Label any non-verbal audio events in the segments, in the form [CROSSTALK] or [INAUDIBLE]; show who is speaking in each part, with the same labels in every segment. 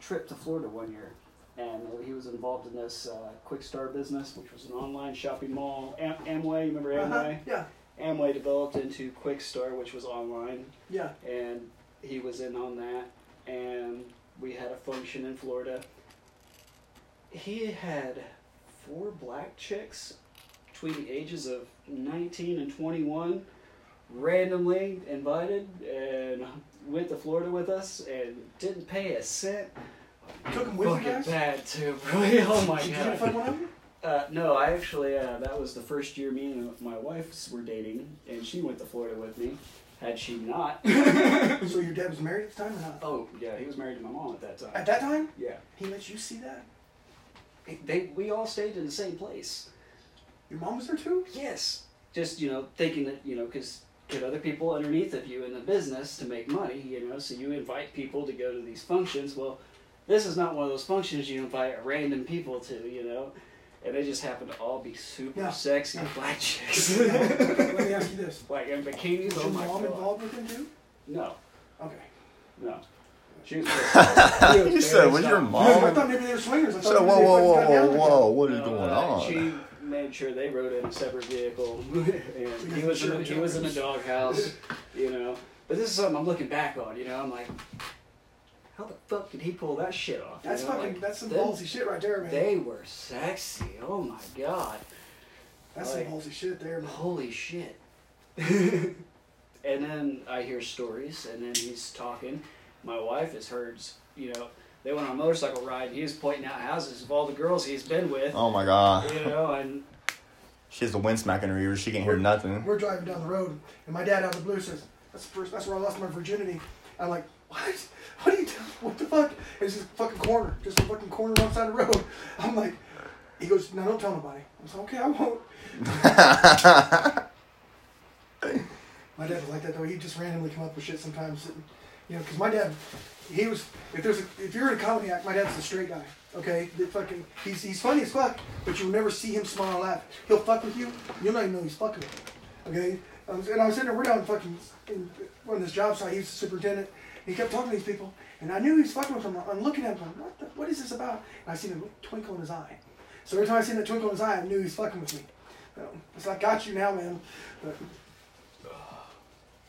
Speaker 1: trip to Florida one year, and he was involved in this uh, Quick Star business, which was an online shopping mall. Am- Amway, you remember
Speaker 2: Uh-huh.
Speaker 1: Amway?
Speaker 2: Yeah,
Speaker 1: Amway developed into Quick Star, which was online,
Speaker 2: yeah.
Speaker 1: and he was in on that. And we had a function in Florida. He had four black chicks between the ages of 19 and 21 randomly invited and went to Florida with us and didn't pay a cent.
Speaker 2: Took him with you
Speaker 1: Fucking
Speaker 2: guys?
Speaker 1: bad too, bro. Oh my
Speaker 2: Did you
Speaker 1: god.
Speaker 2: have fun one of them?
Speaker 1: Uh, no, I actually, uh, that was the first year me and my wife were dating, and she went to Florida with me. Had she not. [COUGHS]
Speaker 2: So your dad was married at the time or not?
Speaker 1: oh, yeah, he was married to my mom at that time.
Speaker 2: At that time?
Speaker 1: yeah.
Speaker 2: He let you see that?
Speaker 1: They, we all stayed in the same place.
Speaker 2: Your mom was
Speaker 1: [LAUGHS]
Speaker 2: there too?
Speaker 1: Yes. Just, you know, thinking that, you know, because get other people underneath of you in the business to make money, you know, so you invite people to go to these functions. Well, this is not one of those functions you invite random people to, you know, and they just happen to all be super
Speaker 2: Yeah.
Speaker 1: sexy
Speaker 2: Yeah.
Speaker 1: black
Speaker 2: [LAUGHS]
Speaker 1: chicks.
Speaker 2: Now, let me ask you this.
Speaker 1: Like in bikinis,
Speaker 2: Was
Speaker 1: oh
Speaker 2: your
Speaker 1: my
Speaker 2: mom
Speaker 1: God.
Speaker 2: involved with him too?
Speaker 1: No,
Speaker 2: Okay.
Speaker 1: no.
Speaker 3: [LAUGHS]
Speaker 1: She was. she
Speaker 3: You said, "Was
Speaker 2: Because I
Speaker 3: your mom?"
Speaker 2: thought maybe they were swingers. I thought
Speaker 3: So
Speaker 2: maybe
Speaker 3: whoa,
Speaker 2: they
Speaker 3: whoa,
Speaker 2: fucking
Speaker 3: whoa,
Speaker 2: got down
Speaker 3: whoa,
Speaker 2: with him.
Speaker 3: whoa! What is going on?
Speaker 1: She made sure they rode in a separate vehicle, [LAUGHS] and he was in, he was in a doghouse, you know. But this is something I'm looking back on, you know. I'm like, how the fuck did he pull that shit off? You
Speaker 2: That's
Speaker 1: know,
Speaker 2: fucking,
Speaker 1: like,
Speaker 2: that's some
Speaker 1: them-
Speaker 2: ballsy shit right there, man.
Speaker 1: They were sexy. Oh my god.
Speaker 2: that's
Speaker 1: like-
Speaker 2: some ballsy shit there, man.
Speaker 1: Holy shit. [LAUGHS] and then I hear stories, and then he's talking. My wife has heard, you know, they went on a motorcycle ride, and he was pointing out houses of all the girls he's been with,
Speaker 3: Oh my god!
Speaker 1: you know, and
Speaker 3: She has the wind smacking her ears. She can't hear nothing.
Speaker 2: We're driving down the road, and my dad out of the blue says, "That's the first. That's where I lost my virginity." I'm like, "What? What are you? doing? What the fuck?" It's just a fucking corner, just a fucking corner on the side of the road. I'm like, he goes, "No, don't tell nobody." I was like, "Okay, I won't." My dad was like that though. He just randomly come up with shit sometimes, and, you know. Because my dad, he was if there's a, if you're in a comedy act, my dad's a straight guy. Okay, the fucking he's he's funny as fuck, but you'll never see him smile or laugh. He'll fuck with you, you'll not even know he's fucking with you. Okay, I was- and I was sitting there, we're down fucking in, on this job site. He was the superintendent. He kept talking to these people, and I knew he was fucking with them. I'm looking at him, going, what the, what is this about? And I seen a twinkle in his eye. So every time I seen that twinkle in his eye, I knew he was fucking with me. So, it's like got you now, man. But,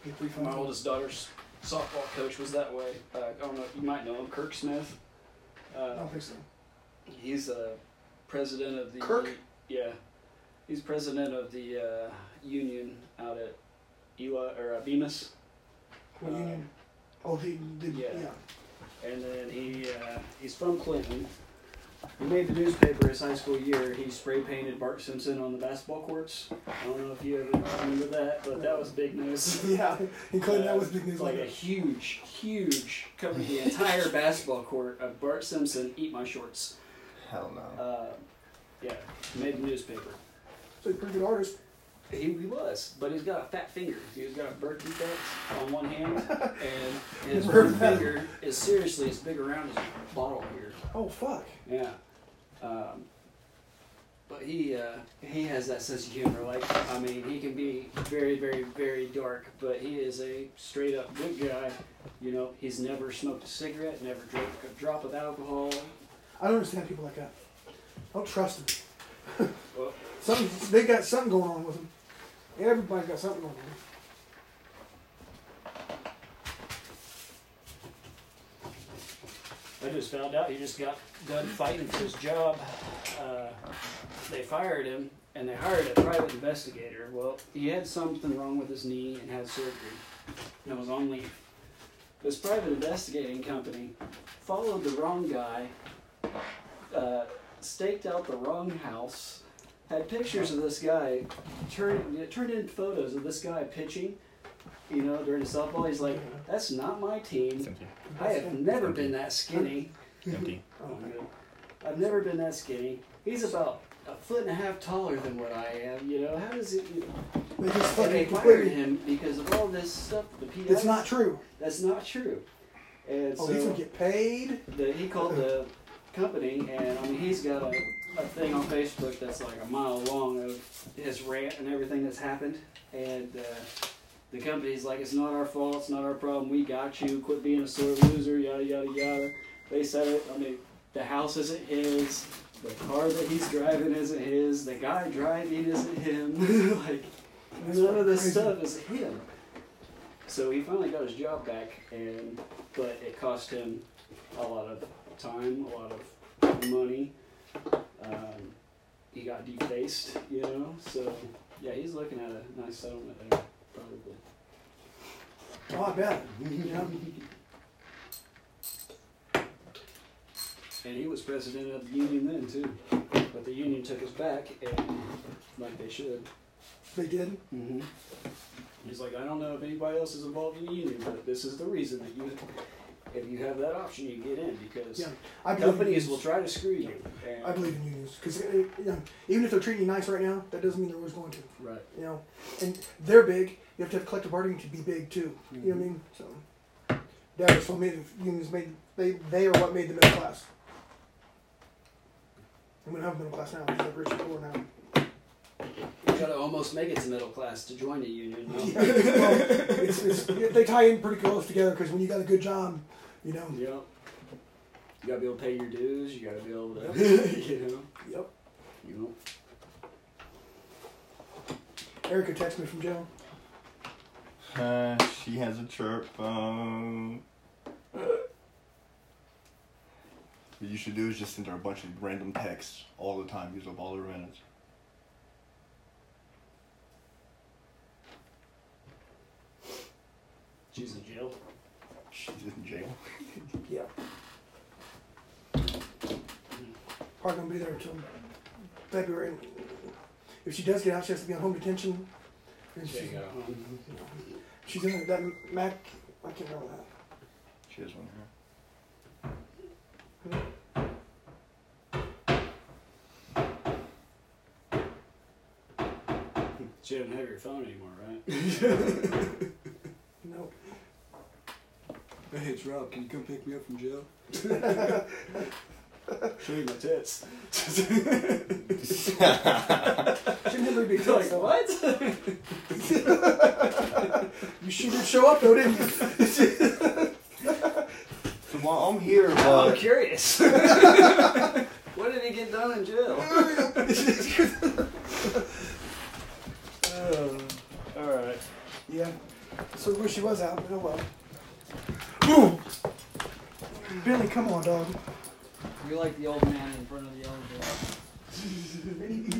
Speaker 2: Get pretty
Speaker 1: my
Speaker 2: funny.
Speaker 1: oldest daughter's softball coach was that way. Uh, I don't know, you might know him, Kirk Smith.
Speaker 2: I
Speaker 1: Uh,
Speaker 2: don't think so.
Speaker 1: he's the president of the.
Speaker 2: Kirk?
Speaker 1: Yeah. He's president of the uh, union out at Ela, or uh, Bemis.
Speaker 2: What
Speaker 1: Uh,
Speaker 2: union? Oh, the, the yeah. [LAUGHS]
Speaker 1: yeah. and then he uh, he's from Clinton. He made the newspaper his high school year. He spray painted Bart Simpson on the basketball courts. I don't know if you ever remember that, but that was big news. [LAUGHS]
Speaker 2: Yeah, he claimed that
Speaker 1: Uh,
Speaker 2: was big news.
Speaker 1: Like
Speaker 2: later.
Speaker 1: a huge, huge covered the entire
Speaker 2: [LAUGHS]
Speaker 1: basketball court of Bart Simpson. Eat my shorts.
Speaker 3: [LAUGHS] Hell no.
Speaker 1: Uh, yeah, made the newspaper.
Speaker 2: so he's a pretty good artist.
Speaker 1: He, he was, but he's got a fat finger. He's got a birth defect on one hand, and
Speaker 2: [LAUGHS]
Speaker 1: his
Speaker 2: Never
Speaker 1: birth
Speaker 2: heard of
Speaker 1: finger is seriously as big around as a bottle here.
Speaker 2: Oh fuck.
Speaker 1: Yeah. Um, but he uh, he has that sense of humor. Like I mean, he can be very, very, very dark, but he is a straight up good guy. You know, he's never smoked a cigarette, never drank a drop of alcohol.
Speaker 2: I don't understand people like that. I don't trust them.
Speaker 1: Well,
Speaker 2: [LAUGHS] Some they got something going on with them. Everybody's got something going on.
Speaker 1: I just found out he just got done fighting for his job. Uh, they fired him, and they hired a private investigator. Well, he had something wrong with his knee and had surgery, and was on leave. This private investigating company followed the wrong guy, uh, staked out the wrong house, had pictures of this guy, turned turned in photos of this guy pitching. You know, during the softball, he's like, "That's not my team."
Speaker 3: empty.
Speaker 1: I have never been that skinny.
Speaker 3: Empty.
Speaker 2: Oh, okay.
Speaker 1: I've never been that skinny. He's about a foot and a half taller than what I am. You know how does it?
Speaker 2: They just
Speaker 1: And they
Speaker 2: fucking
Speaker 1: fired
Speaker 2: completely.
Speaker 1: him because of all this stuff. The PI.
Speaker 2: It's not true.
Speaker 1: That's not true. And
Speaker 2: Oh, he's Uh-huh.
Speaker 1: so
Speaker 2: gonna get paid.
Speaker 1: the, he called the company, and I mean he's got a, a thing on Facebook that's like a mile long of his rant and everything that's happened. And uh, the company's like, it's not our fault, it's not our problem. We got you. Quit being a sore loser. Yada yada yada. They said it. I mean, the house isn't his. The car that he's driving isn't his. The guy driving isn't him. [LAUGHS] like none of this
Speaker 2: crazy.
Speaker 1: stuff is him. So he finally got his job back, and but it cost him a lot of time, a lot of money. Um, he got defaced, you know. So yeah, he's looking at a nice settlement there, probably.
Speaker 2: Oh, I bet. Yeah.
Speaker 1: And he was president of the union then too, but the union took us back, and like they should.
Speaker 2: They did.
Speaker 1: Mm-hmm. He's like, I don't know if anybody else is involved in the union, but this is the reason that you, if you have that option, you get in because
Speaker 2: Yeah. I believe in
Speaker 1: companies will
Speaker 2: unions.
Speaker 1: try to screw you. And,
Speaker 2: I believe in unions because you know, even if they're treating you nice right now, that doesn't mean they're always going to.
Speaker 1: Right.
Speaker 2: You know, and they're big. You have to have collective bargaining to be big too. You know what I mean? So that was what made the unions made they they are what made the middle class. And we don't have a middle class now. We're rich and poor now.
Speaker 1: You gotta almost make it to middle class to join a union. no?
Speaker 2: Yeah, [LAUGHS] well, it's, it's, they tie in pretty close together because when you got a good job, you know.
Speaker 1: [LAUGHS] Yep. You gotta be able to pay your dues. You gotta be able
Speaker 2: [LAUGHS]
Speaker 1: to, you know,
Speaker 2: Yep.
Speaker 1: you know.
Speaker 2: Erica texted me from jail.
Speaker 3: Uh, she has a chirp phone. What you should do is just send her a bunch of random texts all the time, use up all her minutes.
Speaker 1: She's in jail.
Speaker 3: She's in jail.
Speaker 2: Yeah. Probably gonna be there until February. If she does get out, she has to be on home detention. And
Speaker 1: There you
Speaker 2: she's,
Speaker 1: go.
Speaker 2: she's in that Mac. I can't remember that.
Speaker 3: She has one [LAUGHS] here.
Speaker 1: [LAUGHS] She doesn't have your phone anymore, [LAUGHS] right?
Speaker 2: No.
Speaker 1: Hey, it's Rob. Can you come pick me up from
Speaker 2: [LAUGHS]
Speaker 1: jail? Show you my
Speaker 2: [LAUGHS]
Speaker 1: tits.
Speaker 2: She didn't
Speaker 1: [LAUGHS]
Speaker 2: really be
Speaker 1: like, what?
Speaker 2: You she did show up though, didn't
Speaker 1: [LAUGHS]
Speaker 2: you?
Speaker 3: Well, I'm
Speaker 1: [LAUGHS]
Speaker 3: here,
Speaker 1: I'm
Speaker 3: but
Speaker 1: curious. what did he get done in jail? Oh, all right.
Speaker 2: Yeah. So where she was out, but oh well. Boom! Billy, come on, dog.
Speaker 4: You're like the old man in front of the elevator.